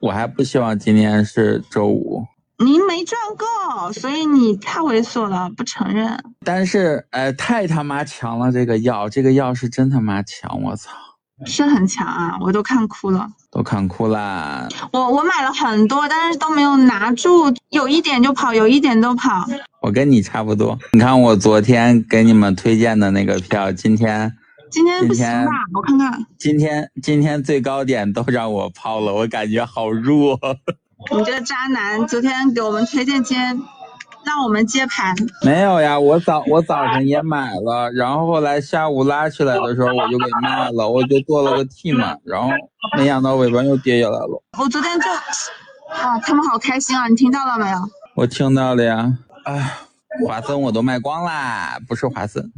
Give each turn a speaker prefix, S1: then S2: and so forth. S1: 我还不希望今天是周五。
S2: 您没赚够，所以你太猥琐了，不承认。
S1: 但是，哎，太他妈强了！这个药，这个药是真他妈强！我操，
S2: 是很强啊，我都看哭了。
S1: 都看哭啦！
S2: 我我买了很多，但是都没有拿住，有一点就跑，有一点都跑。
S1: 我跟你差不多。你看我昨天给你们推荐的那个票，今天
S2: 今天不
S1: 今
S2: 行
S1: 天
S2: 吧？我看看，
S1: 今天今天最高点都让我抛了，我感觉好弱。
S2: 你这个渣男，昨天给我们推荐，今天让我们接盘。
S1: 没有呀，我早我早晨也买了，然后后来下午拉起来的时候我就给卖了，我就做了个 T 嘛，然后没想到尾盘又跌下来了。
S2: 我昨天就，啊，他们好开心啊！你听到了没有？
S1: 我听到了呀，哎，华森我都卖光啦，不是华森。